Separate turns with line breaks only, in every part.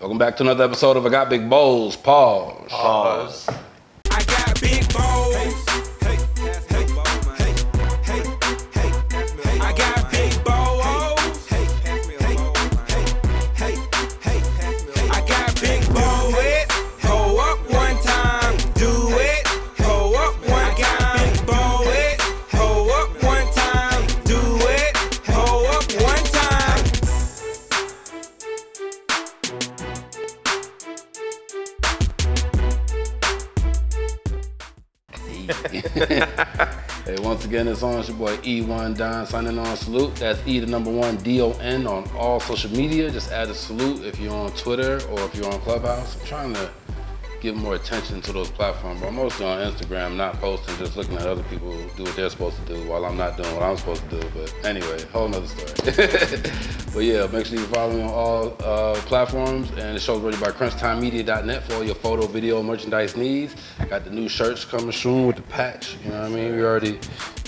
Welcome back to another episode of I Got Big Bowls. Pause.
Pause.
I got big balls. Hey, hey, hey, hey, hey, hey. I got big balls. Hey, hey, hey, hey, hey, hey. I got big balls. Do it, Go up one time. Do it, Go up one time. Do it, Go up one time. Do it, Go up one time.
Hey, once again, it's on. It's your boy E1 Don signing on. Salute. That's E the number one D O N on all social media. Just add a salute if you're on Twitter or if you're on Clubhouse. I'm trying to give more attention to those platforms, but I'm mostly on Instagram, not posting, just looking at other people do what they're supposed to do while I'm not doing what I'm supposed to do. But anyway, whole nother story. but yeah, make sure you follow me on all uh, platforms. And the show's ready by crunchtimemedia.net for all your photo, video, merchandise needs. Got the new shirts coming soon with the patch. You know what I mean? We already,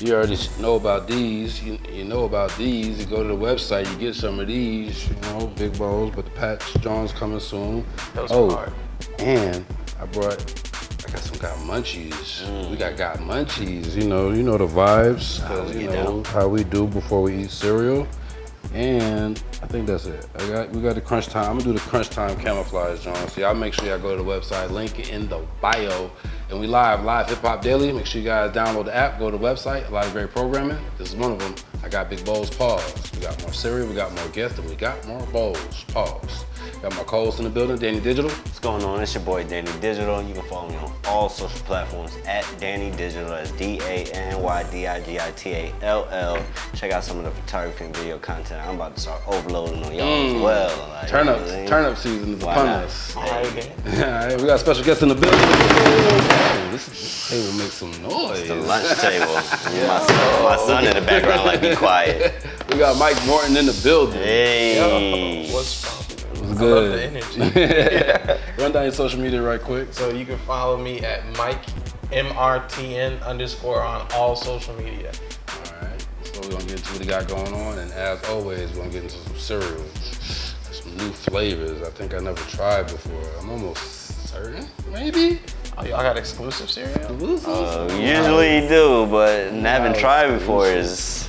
you already know about these. You, you know about these. You go to the website, you get some of these. You know, big bowls, but the patch John's coming soon.
Those
oh,
are hard.
and I brought, I got some got munchies.
Mm.
We got got munchies. You know, you know the vibes. 'cause
we
you
get
know how we do before we eat cereal. And I think that's it. I got we got the crunch time. I'm gonna do the crunch time camouflage, John. So y'all make sure y'all go to the website, link it in the bio. And we live, live hip hop daily. Make sure you guys download the app, go to the website, a lot of great programming. This is one of them. I got Big Bowls Pause. We got more cereal, we got more guests, and we got more bowls. Pause. Got my co-host in the building, Danny Digital.
What's going on? It's your boy Danny Digital. You can follow me on all social platforms at Danny Digital. That's D A N Y D I G I T A L L. Check out some of the photography and video content. I'm about to start overloading on y'all as well. Like,
Turn
you know
up,
what I mean?
turn up season is
Why
upon
not?
us.
All right, okay.
Alright, we got special guests in the building. Oh, This, this table makes some
The
noise.
lunch table. my, son, my son in the background, like, be quiet.
We got Mike Morton in the building.
Hey.
What's poppin'?
What's
I
good?
love the energy.
Run down your social media right quick.
so you can follow me at Mike MRTN underscore on all social media.
Alright, so we're gonna get into what he got going on, and as always, we're gonna get into some cereals, some new flavors I think I never tried before. I'm almost certain, maybe.
Oh, y'all got exclusive cereal?
Uh,
Oh, Usually you do, but haven't tried before is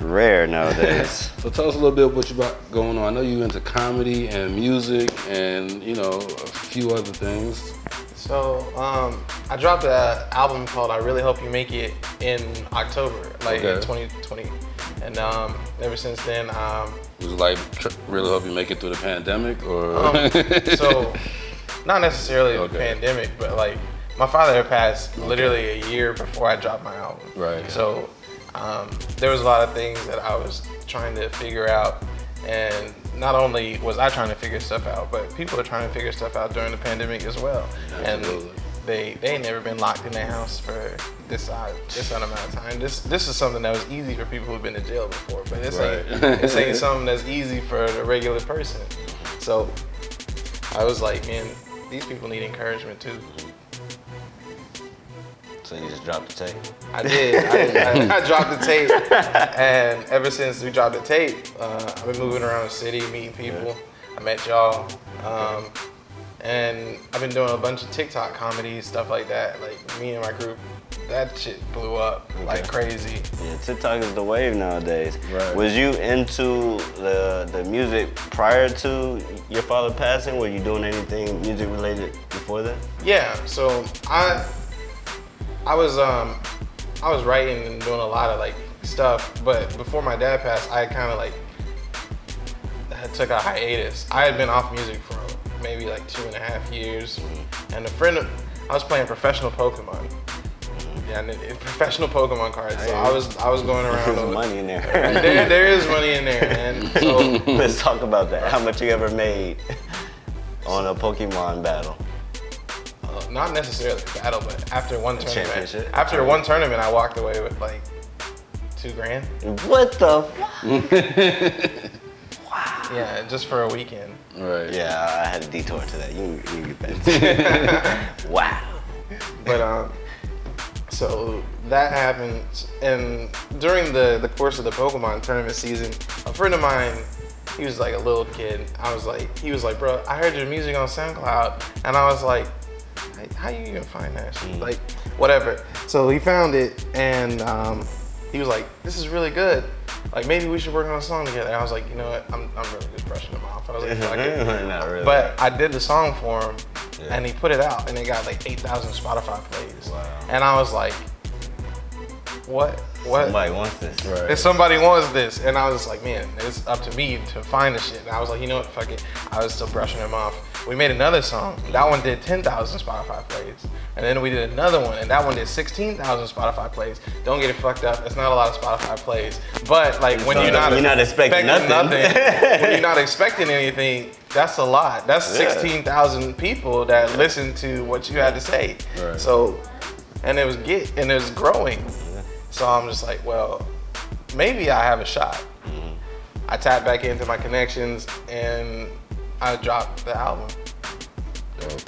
rare nowadays.
So tell us a little bit what you got going on. I know you into comedy and music and you know a few other things.
So um, I dropped an album called I Really Hope You Make It in October, like
Okay.
in 2020. And um, ever since then, um,
Was it like tr- really hope you make it through the pandemic or
Um, so, not necessarily
Okay.
the pandemic, but like my father had passed literally a year before I dropped my album.
Right.
So, um, there was a lot of things that I was trying to figure out, and not only was I trying to figure stuff out, but people are trying to figure stuff out during the pandemic as well.
Absolutely.
And they they ain't never been locked in their house for this size, this amount of time. This this is something that was easy for people who've been to jail before, but this
Right.
ain't this ain't something that's easy for the regular person. So I was like, man, these people need encouragement too.
so you just dropped the tape.
I did. I, I, I dropped the tape, and ever since we dropped the tape, uh, I've been moving around the city, meeting people. I met y'all, um, and I've been doing a bunch of TikTok comedy stuff like that. Like me and my group, that shit blew up like crazy.
Yeah, TikTok is the wave nowadays.
Right.
Was you into the the music prior to your father passing? Were you doing anything music related before that?
Yeah. So I, I was um, I was writing and doing a lot of like stuff, but before my dad passed, I kind of like I took a hiatus. I had been off music for maybe like two and a half years, and a friend, of, I was playing professional Pokemon. Yeah, and it- professional Pokemon cards. So I was I was going around.
There's
with-
money in there.
There, there is money in there, man. So
Let's talk about that. How much you ever made on a Pokemon battle?
Uh, not necessarily a battle, but after one tournament,
championship?
after one tournament, I walked away with like two grand.
What the? Fuck?
Yeah, just for a weekend.
right?
Yeah, I had a detour to that. You, you get that. wow.
But um, so that happened, and during the the course of the Pokemon tournament season, a friend of mine He was like a little kid. I was like, he was like, bro, I heard your music on SoundCloud, and I was like, "How- how you even find that? shit?" Like, whatever. So he found it, and um, he was like, this is really good. Like maybe we should work on a song together. And I was like, you know what? I'm, I'm really just brushing him off. I was like, fuck it.
Not really.
But I did the song for him,
Yeah.
and he put it out, and it got like 8,000 Spotify plays.
Wow.
And I was like, what? What?
somebody wants this.
Right.
if somebody wants this, and I was just like, man, it's up to me to find the shit. And I was like, you know what, fuck it. I was still brushing him off. We made another song. That one did 10,000 Spotify plays. And then we did another one, and that one did 16,000 Spotify plays. Don't get it fucked up. It's not a lot of Spotify plays. But, like, when
So
you're not,
you're not expecting nothing.
when you're not expecting anything, that's a lot. That's
Yeah.
16,000 people that listen to what you had to say.
Right.
So, and it was get and it was growing. So I'm just like, well, maybe I have a shot. I tapped back into my connections and I dropped the album.
Dope.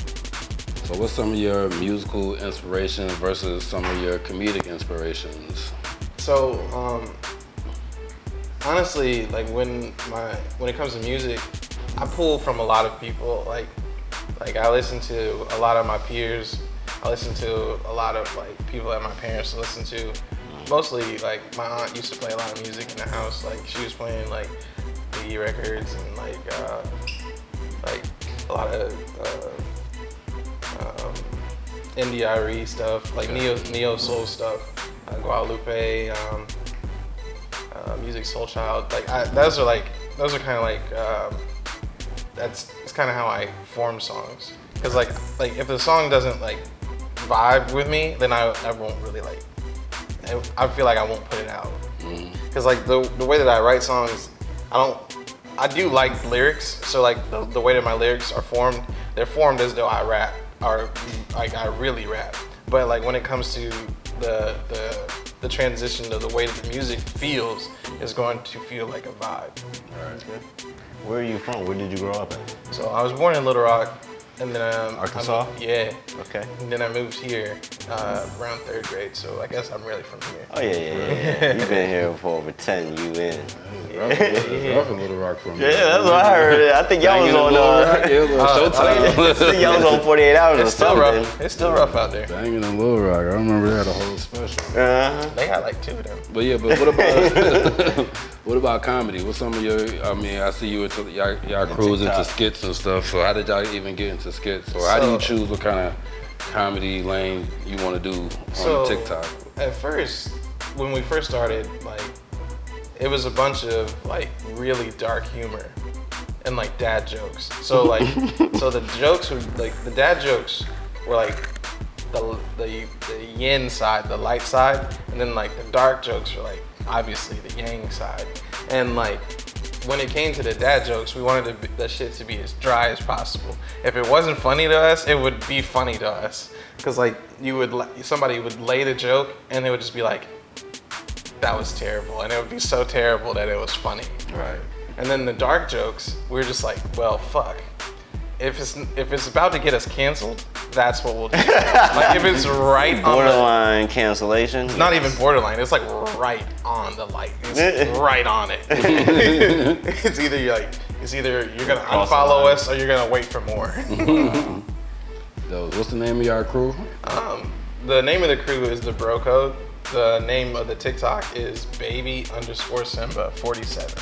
So, what's some of your musical inspirations versus some of your comedic inspirations?
So, um, honestly, like when my when it comes to music, I pull from a lot of people. Like, like I listen to a lot of my peers. I listen to a lot of like people that my parents listen to. Mostly, like my aunt used to play a lot of music in the house. Like she was playing like Biggie records and like uh, like a lot of. Uh, um, NDRE E stuff, like neo neo soul stuff, uh, Guadalupe, um, uh, music Soul Child. Like I, those are like those are kind of like um, that's it's kind of how I form songs. Cause like like if the song doesn't like vibe with me, then I I won't really like I- I feel like I won't put it out. Cause like the the way that I write songs, I don't I do like lyrics. So like the, the way that my lyrics are formed, they're formed as though I rap or like I really rap. But like when it comes to the the the transition to the way that the music feels is going to feel like a vibe.
Where are you from? Where did you grow up at?
So I was born in Little Rock, and then um, I
Arkansas?
moved- yeah,
Okay.
and then I moved here uh, around third grade. So I guess I'm really from here.
Oh yeah, yeah, yeah. yeah. You've been here for over ten. You in?
It's rough, it's rough in Little Rock for me.
what I heard. I think y'all was on. uh,
Rock. Yeah, little
I
Showtime.
think y'all was on 48 hours
It's
or
still
something.
rough. It's still rough out there.
Banging in Little Rock. I remember they had a whole special.
Uh-huh.
They got like two of them.
But yeah, but what about what about comedy? What's some of your? I mean, I see you into y'all, y'all cruise into
TikTok.
skits and stuff. So how did y'all even get into skits? Or how do you
So-
choose what kind of comedy lane you want to do on
So
TikTok?
at first, when we first started, like it was a bunch of like really dark humor and like dad jokes. So like so the jokes were like the dad jokes were like the the the yin side, the light side, and then like the dark jokes were like obviously the yang side. And like when it came to the dad jokes, we wanted to be, the shit to be as dry as possible. If it wasn't funny to us, it would be funny to us. Cause like you would la- somebody would lay the joke and it would just be like that was terrible and it would be so terrible that it was funny.
Right.
And then the dark jokes, we were just like, well, fuck. If it's if it's about to get us canceled, that's what we'll do. like if it's right on the,
Borderline cancellation.
not even borderline, it's like right on the light. It's right on it. it's either you're like it's either you're gonna
Cross the
unfollow
line.
us or you're gonna wait for more.
Those. What's the name of y'all crew?
um, the name of the crew is the Bro Code. The name of the TikTok is baby underscore Simba forty seven.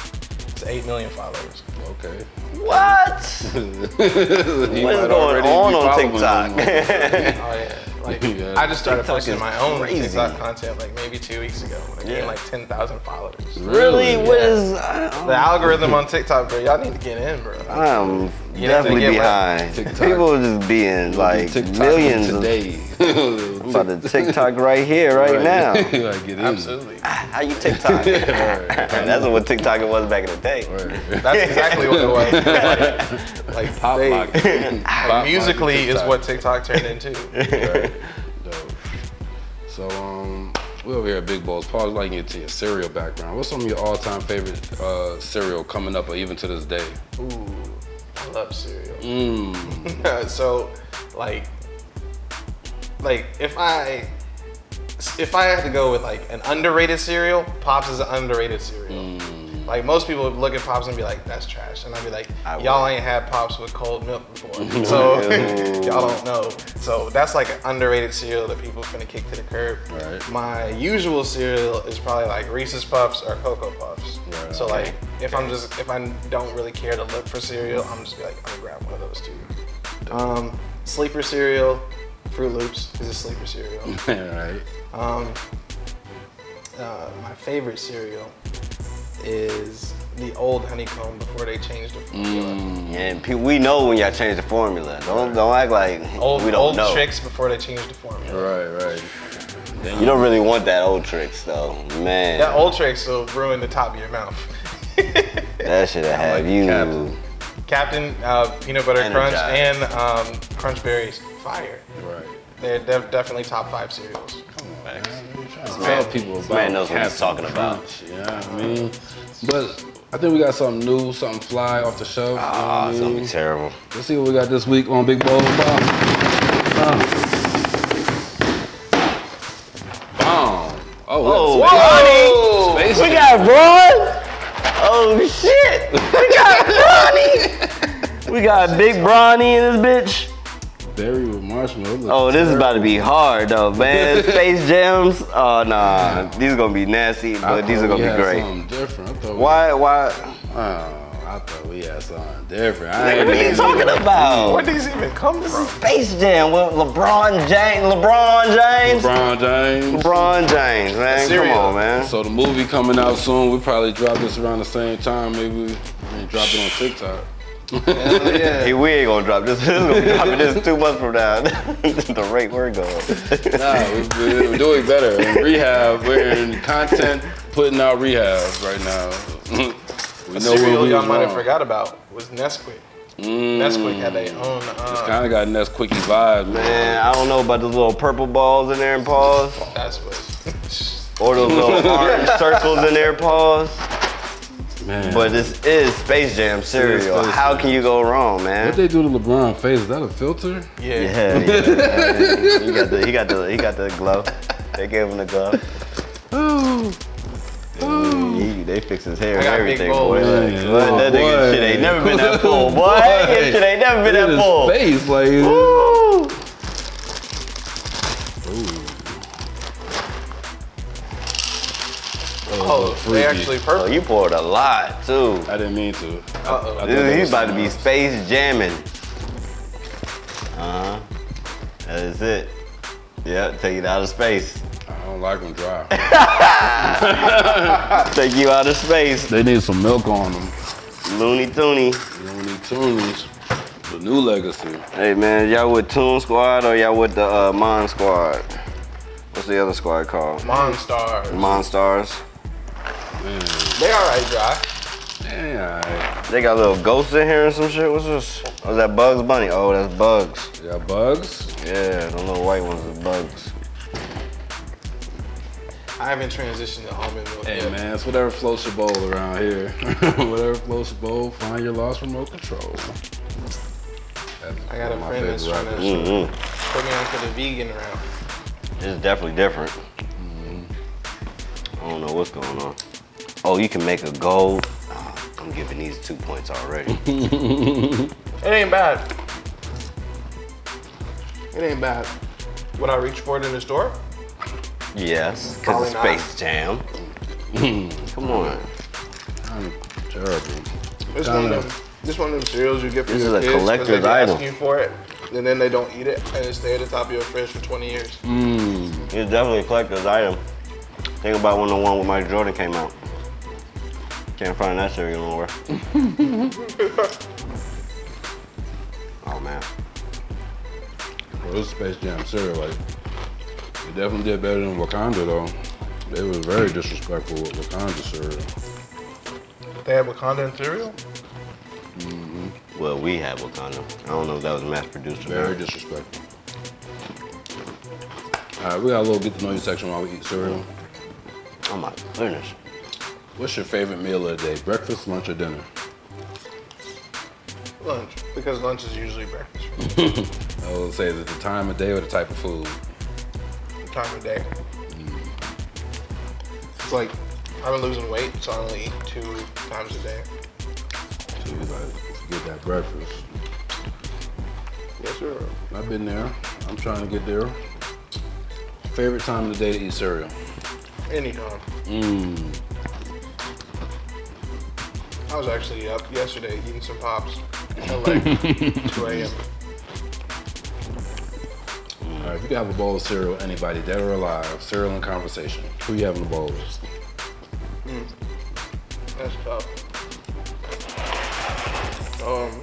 It's eight million followers.
Okay.
What?
What's
What's going on on TikTok?
Oh yeah. Like
Yeah.
I just started
TikTok
posting
is
my own
crazy.
TikTok content like maybe two weeks ago when I
Yeah.
gained like ten thousand followers.
really? What is?
The algorithm on TikTok, bro, y'all need to get in, bro.
I'm
You have to
definitely
get
behind.
TikTok.
People just being like
TikTok
millions of
today.
about to TikTok right here, right, now.
like get in.
Absolutely.
How you TikTok? That's what TikTok it was back in the day.
Right.
That's exactly what it was. Like, like,
Pop
they-
lock.
like,
Pop lock
musically is
TikTok.
what TikTok turned into.
Right. Dope. So um, we over here at Big Balls. Pause like into your cereal background. What's some of your all-time favorite uh, cereal coming up, or even to this day?
Ooh, I love cereal.
Mm.
so, like, like if I if I had to go with like an underrated cereal, Pops is an underrated cereal. Like most people would look at pops and be like, "That's trash," and I'd be like,
Mm. I would.
"Y'all ain't had pops with cold milk before, so y'all don't know." So that's like an underrated cereal that people finna kick to the curb.
Right.
My usual cereal is probably like Reese's Puffs or Cocoa Puffs.
Right.
So like, if I'm just if I don't really care to look for cereal, I'm just be like, I'm gonna grab one of those two. Um, sleeper cereal, Fruit Loops is a sleeper cereal.
right.
Um, uh, my favorite cereal is the old honeycomb before they changed the formula.
And pe- we know when y'all change the formula. Don't don't act like
Old,
we don't
old
know.
tricks before they changed the formula.
Right, right.
You don't really want that old tricks though, man.
That old tricks will ruin the top of your mouth.
that should have
like
you.
Captain.
Captain uh, Peanut Butter Crunch and
Energized.
um, Crunch Berries, fire.
Right.
They're def- definitely top five cereals.
Tell people about
This man knows what he's
Captain
talking about.
Crunch, You know what I mean? But I think we got something new, something fly off the shelf. you know what
Ah,
I
it's gonna
mean?
be terrible.
Let's see what we got this week on Big Bowl Bomb. Bomb. Oh, that's
Oh,
Space
We got Braun. Oh shit. We got Bronny. We got Big Bronny in this bitch.
berry with marshmallow. It looks
Oh, this is
terrible.
about to be hard though, man. Space Jams. Oh nah, these are gonna be nasty,
I
but these
thought
are
we
gonna
had
be great.
Something different. I thought
Why? Why?
We, oh, I thought we had something different. I
What
ain't
are you
even-
talking
Where
about?
did these even come from?
Space Jam with LeBron James. LeBron James.
LeBron James.
LeBron James, man. Come
Cereal.
on, man.
So the movie coming out soon. We probably drop this around the same time. Maybe we we drop it on TikTok.
Hey, we ain't gonna drop this. This is gonna be dropping this two months from now. the rate we're going.
Nah, we, we- we're doing better. In rehab, we're in content putting out rehab right now. we
A
know where
cereal
we
y'all
was
might have
wrong.
forgot about was Nesquik. Nesquik had their own. Uh,
Kind of got Nest Quickie vibe, man.
Man, I don't know about those little purple balls in there and paws,
that's what.
or those little orange circles in there paws.
man.
But this is Space Jam cereal.
Space
How can you go wrong,
what
man?
they do to LeBron face? Is that a filter?
yeah.
Yeah, yeah, yeah. He got the he got the he got the glove. They gave him the glove.
Ooh.
He- they fix his hair
I
and
got big
everything,
balls.
boy. Like,
Yeah,
what? that nigga
boy.
shit ain't never been that full, boy. That
Boy.
shit ain't never been
Look at
that
his
full. Oh,
face, like
Woo!
Oh, they
freaky.
actually
Oh,
purple.
you poured a lot too.
I didn't mean to.
Uh-oh.
I thought
Dude,
that
he's
was
about to be
something
space jamming. Uh huh. That is it. Yep, take it out of space.
I don't like them dry.
Take you out of space.
they need some milk on them.
Looney Tooney.
Looney Tunes, the new legacy.
Hey man, y'all with Toon Squad or y'all with the uh, Mon Squad? What's the other squad called?
Monstars.
Monstars.
Man,
They alright dry.
damn, alright.
They got little ghosts in here and some shit. What's this? Oh, is that Bugs Bunny? Oh, that's Bugs.
You got bugs?
Yeah, the little white ones are Bugs.
I haven't transitioned to almond milk
Hey
yet.
man, it's whatever floats your bowl around here. whatever floats your bowl, find your lost remote control. That's
I
one
got a
of my
friend that's
favorite
trying to
rappers.
Mm-hmm.
put me on for the vegan round.
It's definitely different. Mm-hmm. I don't know what's going on. Oh, you can make a goal. Ah, I'm giving these two points already.
It ain't bad. It ain't bad. Would I reach for it in the store?
yes, because
Probably
it's
not.
Space Jam. Come on.
I'm terrible.
This one, of
Dunno.
them, this one of them cereals you get for
This
your
is a
kids 'cause
collector's
they be
item.
asking you for it, and then they don't eat it, and it stay at the top of your fridge for 20 years.
Mm. It's definitely a collector's item. Think about when the one with Mike Jordan came out. Can't find that cereal nowhere. oh man.
Bro, this Space Jam cereal, like, it definitely did better than Wakanda though. They was very disrespectful with Wakanda cereal.
They have Wakanda in cereal?
Well, we had Wakanda. I don't know if that was mass produced or
Very
not.
disrespectful. All right, we got a little get to know you section while we eat cereal.
Oh my goodness.
What's your favorite meal of the day? Breakfast, lunch, or dinner?
Lunch, because lunch is usually breakfast.
I would say that the time of day or the type of food.
Mm.
time of day. It's like I've been losing weight, so I only eat two times a day.
She was like, get that breakfast.
Yes, sir.
I've been there. I'm trying to get there. Favorite time of the day to eat cereal.
Anytime.
Mm.
Mmm.
I was actually up yesterday eating some pops at like 2 a.m.
All
Mm.
right, if you could have a bowl of cereal, anybody dead or alive, cereal and conversation. Who you having a bowl with?
That's tough. Um,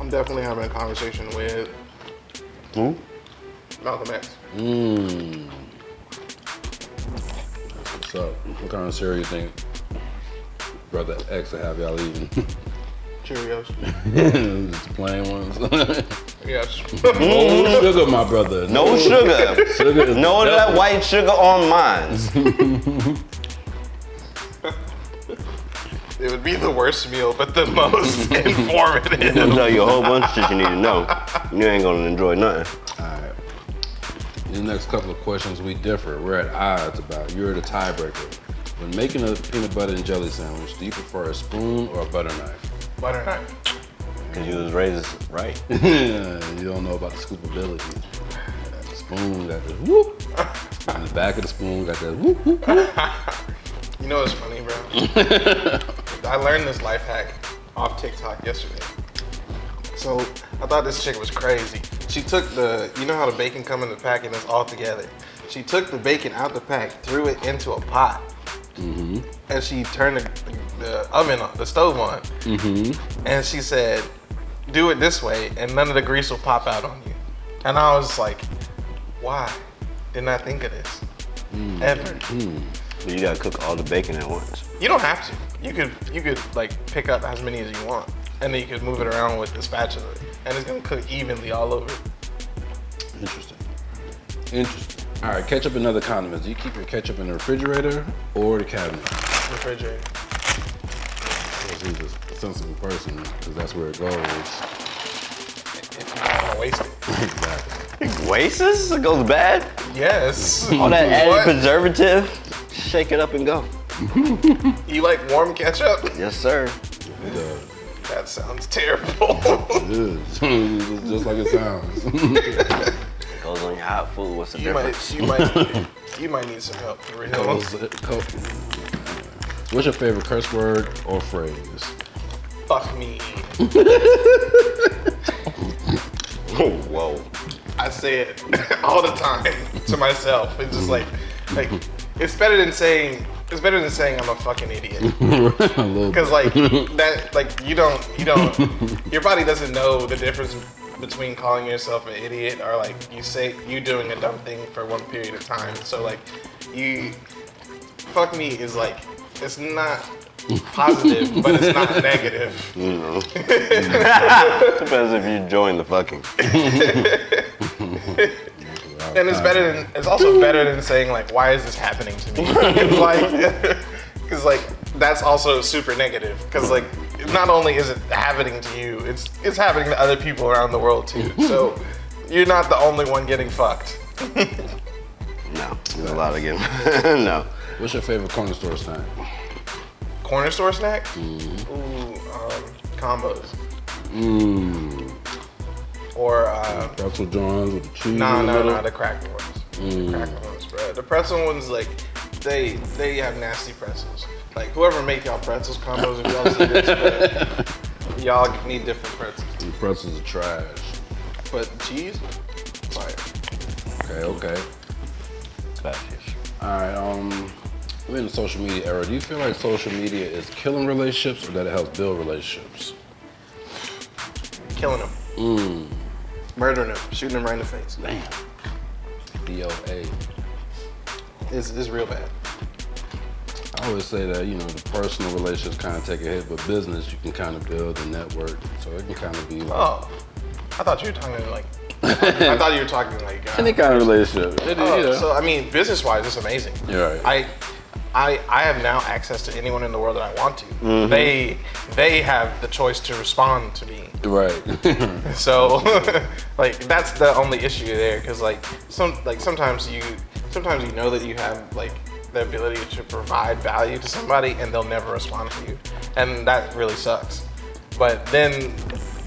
I'm definitely having a conversation with
Who?
Malcolm X.
Mm.
Mmm. That's what's up. What kind of cereal you think Brother X will have y'all eating?
Cheerios.
Just plain ones.
Yes.
no sugar, my brother.
No sugar.
sugar is
No of that white sugar on mine.
it would be the worst meal, but the most informative.
It'll tell you a whole bunch of shit you need to know. You ain't gonna enjoy nothing.
All right. The next couple of questions we differ. We're at odds about. You're the tiebreaker. When making a peanut butter and jelly sandwich, do you prefer a spoon or a butter knife?
Butter knife.
Cause you was raised right.
you don't know about the scoopability. Spoon got the whoop. And the back of the spoon got that whoop whoop. whoop.
You know what's funny, bro? I learned this life hack off TikTok yesterday. So I thought this chick was crazy. She took the, you know how the bacon come in the pack and it's all together. She took the bacon out the pack, threw it into a pot, and she turned the, the oven, on, the stove on, and she said, "Do it this way, and none of the grease will pop out on you." And I was like, "Why didn't I think of this ever?"
You gotta cook all the bacon at once.
You don't have to. You could you could like pick up as many as you want, and then you could move it around with the spatula, and it's gonna cook evenly all over.
Interesting. Interesting. All right, ketchup and other condiments. Do you keep your ketchup in the refrigerator or the cabinet?
Refrigerator.
Because he's a sensible person, because that's where it goes.
If not, I'm gonna waste it.
Wastes? It goes bad?
Yes.
All that added
What?
preservative? Shake it up and go.
You like warm ketchup?
Yes, sir.
The-
That sounds terrible.
It's just like it sounds.
It goes on your hot food. What's the
you
difference?
might you might you might need some help for real.
uh, What's your favorite curse word or phrase?
Fuck me.
Oh,
Whoa.
I say it all the time to myself. It's just like like it's better than saying it's better than saying I'm a fucking idiot.
A little bit.
Cause like that, like you don't, you don't, your body doesn't know the difference between calling yourself an idiot or like you say you doing a dumb thing for one period of time. So like you, fuck me is like it's not positive, but it's not negative.
You know. Depends if you join the fucking.
And it's better than it's also better than saying like why is this happening to me? it's like because like that's also super negative because like not only is it happening to you, it's it's happening to other people around the world too. So you're not the only one getting fucked.
No. There's a lot of getting. no.
What's your favorite corner store snack?
Corner store snack? Ooh, um, combos
Mmm.
or uh,
Pretzel Johns with the cheese. in
no
the
no
middle?
no the cracker ones. Mm. The cracker ones, bro. The pretzel ones like they they have nasty pretzels. Like whoever make y'all pretzels combos if y'all see this, bro, y'all need different pretzels.
The pretzels are trash.
But cheese, fire.
Okay, okay.
Spashes.
All right, um, we're in the social media era. Do you feel like social media is killing relationships or that it helps build relationships?
killing them, Mm. murdering them, shooting them right in the face.
Damn. DOA.
It's, it's real bad.
I always say that, you know, the personal relationships kind of take a hit, but business, you can kind of build and network. So it can kind of be like.
Oh, I thought you were talking like. I thought you were talking like. Uh,
kind of relationship. It,
oh,
you know.
So I mean, business wise, it's amazing.
You're right.
I, I, I have now access to anyone in the world that I want to.
Mm-hmm.
They, they have the choice to respond to me.
right.
So, like, that's the only issue there, because like some like sometimes you sometimes you know that you have like the ability to provide value to somebody and they'll never respond to you, and that really sucks. But then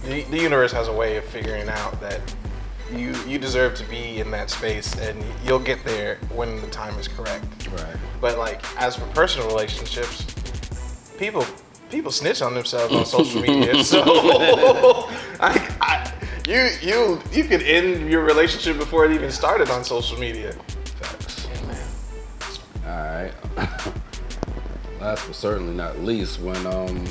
the, the universe has a way of figuring out that you you deserve to be in that space and you'll get there when the time is correct.
Right.
But like as for personal relationships, people people snitch on themselves on social media. So I, I, you you you could end your relationship before it even started on social media.
Facts. All right. Last but certainly not least, when um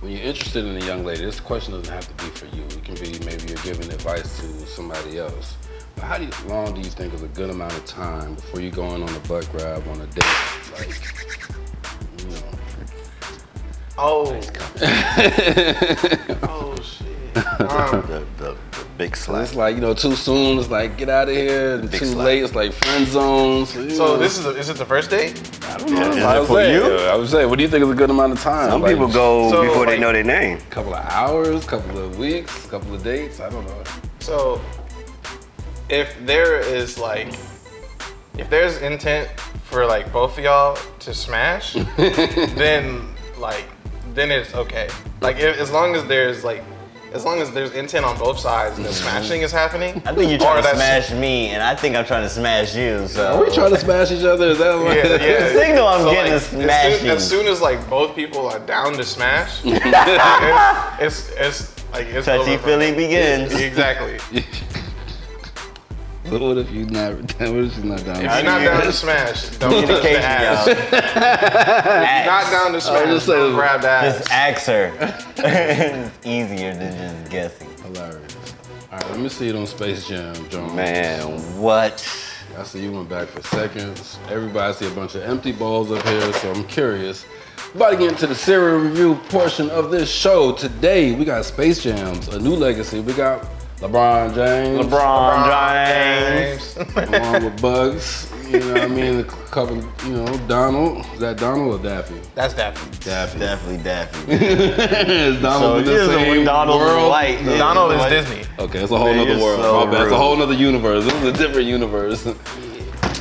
when you're interested in a young lady, this question doesn't have to be for you. It can be maybe you're giving advice to somebody else. But how do you, long do you think is a good amount of time before you going on a butt grab on a date? Like, you know,
Oh. oh shit. Um,
The, the, the big slap.
it's like you know too soon. It's like get out of here. and
Big
too
slap.
late. It's like friend zones. you
so
know.
this is a, is it the first date?
I don't know.
Is it
I was
for
saying,
you?
I was saying, what do you think is a good amount of time?
Some
Like,
people go
So,
before
like-
they know their name.
couple of hours, couple of weeks, couple of dates. I don't know.
So, if there is like, if there's intent for like both of y'all to smash, then like, then it's okay. Like, if, as long as there's like, as long as there's intent on both sides
Mm-hmm.
and the smashing is happening.
I think you're
or
trying to
that's-
smash me, and I think I'm trying to smash you. So
Are we trying to smash each other? Is that like
Yeah, yeah.
The signal I'm getting
like,
is
As soon,
smashing.
as soon as like both people are down to smash, like, it's, it's it's like it's
touchy
over for
feely
me.
begins.
Exactly.
But what if you not? What if she's not down?
If you're
with it?
not down to smash, don't touch
Communication,
the ass.
y'all. Axe.
Not down to smash.
just
don't
saying-
grab that.
Just ask her. it's easier than just guessing.
Hilarious. All right, let me see you on Space Jam, John.
Man, what?
I see you went back for seconds. Everybody see a bunch of empty balls up here, so I'm curious. About to get into the serial review portion of this show today. We got Space Jams, a new legacy. We got LeBron James,
LeBron James.
along with Bugs. You know what I mean? A couple, you know, Donald. Is that Donald or Daffy?
That's definitely.
Daffy.
Definitely Daffy.
is Donald in the
So this is
same
when Donald was
world?
white. Yeah.
Donald is
Like-
Disney.
Okay, it's a whole
Man,
nother
you're
world.
so
My bad. It's a
rude.
whole nother universe. This is a different universe.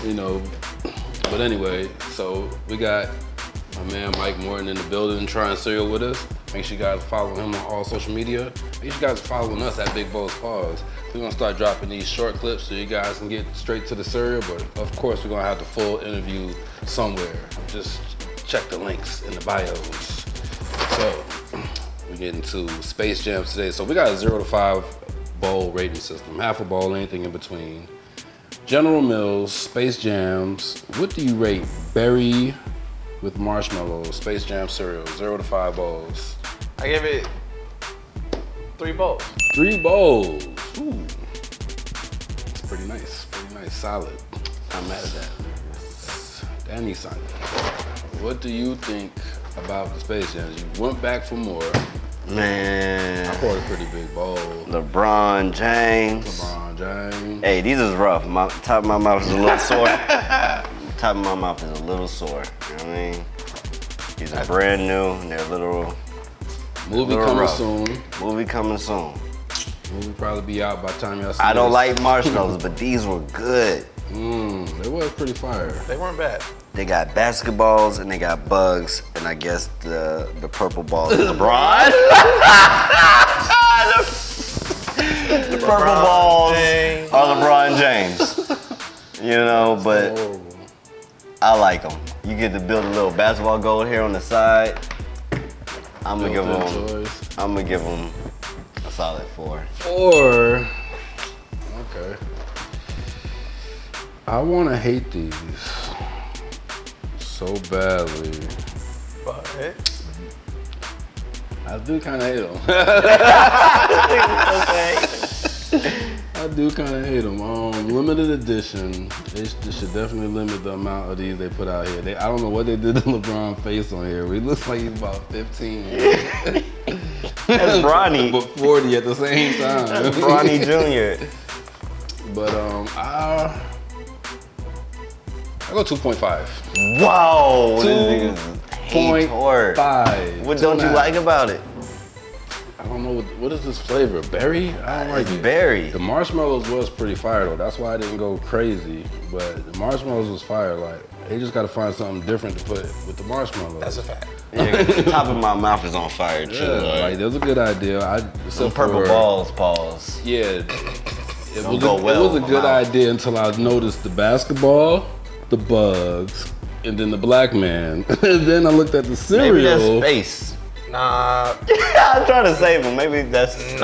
you know. But anyway, so we got my man Mike Morton in the building trying cereal with us. Make sure you guys follow him on all social media. Make sure you guys following us at Big Bo's Pause. We're gonna start dropping these short clips so you guys can get straight to the cereal, but of course we're gonna have the full interview somewhere. Just check the links in the bios. So we get into Space Jam today. So we got a zero to five bowl rating system. Half a bowl, anything in between. General Mills, Space Jams. What do you rate berry with marshmallows, Space Jam cereal? Zero to five bowls.
I give it three bowls.
Three bowls. Ooh. It's pretty nice. Pretty nice. Solid. Not mad at that. Danny Son. What do you think about the Space Jams? You went back for more. I
Man,
poured a pretty big bowl.
LeBron James.
LeBron James.
Hey, these is rough. My top of my mouth is a little sore. top of my mouth is a little sore. You know what I mean? These are brand new. and They're literal.
Movie
Little
coming
rough.
soon.
Movie coming soon.
Movie probably be out by the time y'all see
I don't
this.
like marshmallows, but these were good.
Mm, it was pretty fire.
They weren't bad.
They got basketballs and they got bugs, and I guess the the purple ball is LeBron. the, the purple balls
James.
are LeBron James. You know, but
Horrible.
I like them. You get to build a little basketball goal here on the side. I'm gonna give
Built-in
them.
toys.
I'm gonna give them a solid four.
Or okay. I want to hate these so badly.
But
I do kind of hate them. I do kind of hate them. Um, limited edition. They sh- they should definitely limit the amount of these they put out here. They, I don't know what they did to LeBron face on here. He looks like he's about 15
That's
but
Bronny.
40 at the same time.
Bronny Jr.
But um, I I go 2.5.
Wow.
Two
this nigga's hate
Point
hard.
five.
What
Two
don't
and a
you
half.
like about it?
I don't know what, what is this flavor. Berry? I don't like
It's
it.
berry.
The marshmallows was pretty fire though. That's why I didn't go crazy. But the marshmallows was fire. Like they just gotta find something different to put with the marshmallows.
That's a fact.
Yeah, the top of my mouth is on fire too.
yeah, like
like,
that was a good idea. I
some
except
purple
for-
balls, balls.
Yeah. It was, a,
go well
it was a
with my
good
mouth.
idea until I noticed the basketball, the bugs, and then the black man. and then I looked at the cereal.
Maybe that's space.
Nah,
I'm trying to save them. Maybe that's
I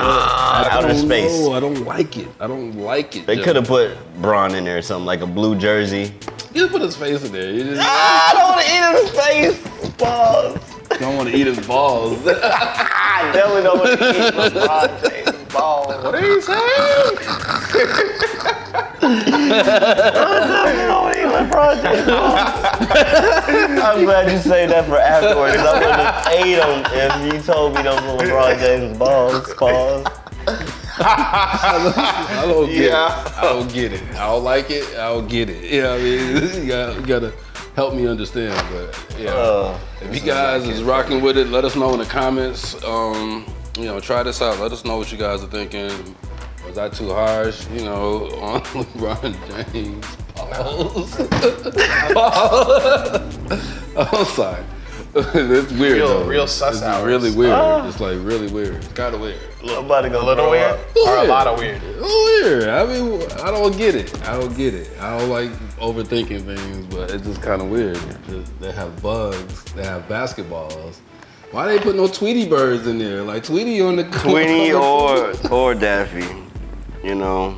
outer
don't
space.
know. I don't like it. I don't like it.
They
Jeff.
could have put Braun in there or something, like a blue jersey.
You put his face in there. You just
Ah, I don't want to eat his face. Balls.
don't want to eat his balls.
I definitely don't want to eat LeBron James' balls. What are you saying? I definitely don't want to eat LeBron James' balls. I'm glad you saved that for afterwards. I would have ate them if you told me those were LeBron James' balls. Balls.
I don't get
Yeah.
it. I don't get it. I don't like it. I don't get it. Yeah, I mean, you gotta, you gotta help me understand. But yeah,
Uh,
if you guys is rocking with it, let us know in the comments. Um, you know, try this out. Let us know what you guys are thinking. Was I too harsh? You know, on LeBron James. Pause. Pause. I'm sorry. it's weird.
Real-
though.
real sus
It's
hours.
really weird. It's like really weird. It's kind of weird.
I'm about to go
a little
throw
weird
up.
or a
Yeah.
lot of weird.
It's weird. Oh, I mean, I don't get it. I don't get it. I don't like overthinking things, but it's just kind of weird. Just- They have bugs. They have basketballs. Why they put no Tweety birds in there? Like Tweety on the
Tweety or or Daffy, you know.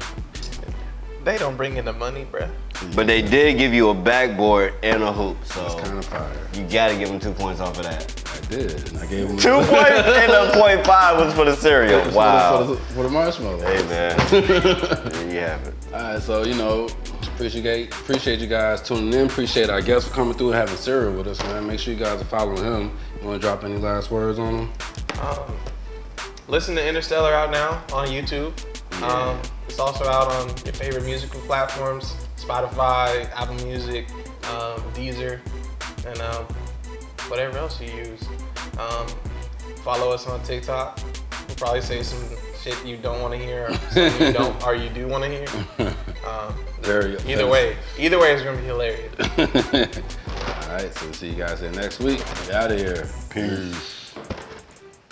They don't bring in the money, bruh.
But they did give you a backboard and a hoop, so
kind of fire.
you gotta give them two points off of that.
I did, and I gave them
Two points and a point five was for the cereal.
for,
Wow.
the, for the marshmallow.
Hey man, there you have it.
All right, so you know, appreciate appreciate you guys tuning in. Appreciate our guests for coming through and having cereal with us, man. Make sure you guys are following him. You want to drop any last words on him?
Um, listen to Interstellar out now on YouTube. Um, it's also out on your favorite musical platforms: Spotify, Apple Music, um, Deezer, and um, whatever else you use. Um, follow us on TikTok. We'll probably say some shit you don't want to hear, or something you don't, or you do want to hear. Um,
Very
either way, either way, it's gonna be hilarious.
All right, so see you guys here next week. Out of here. Peace.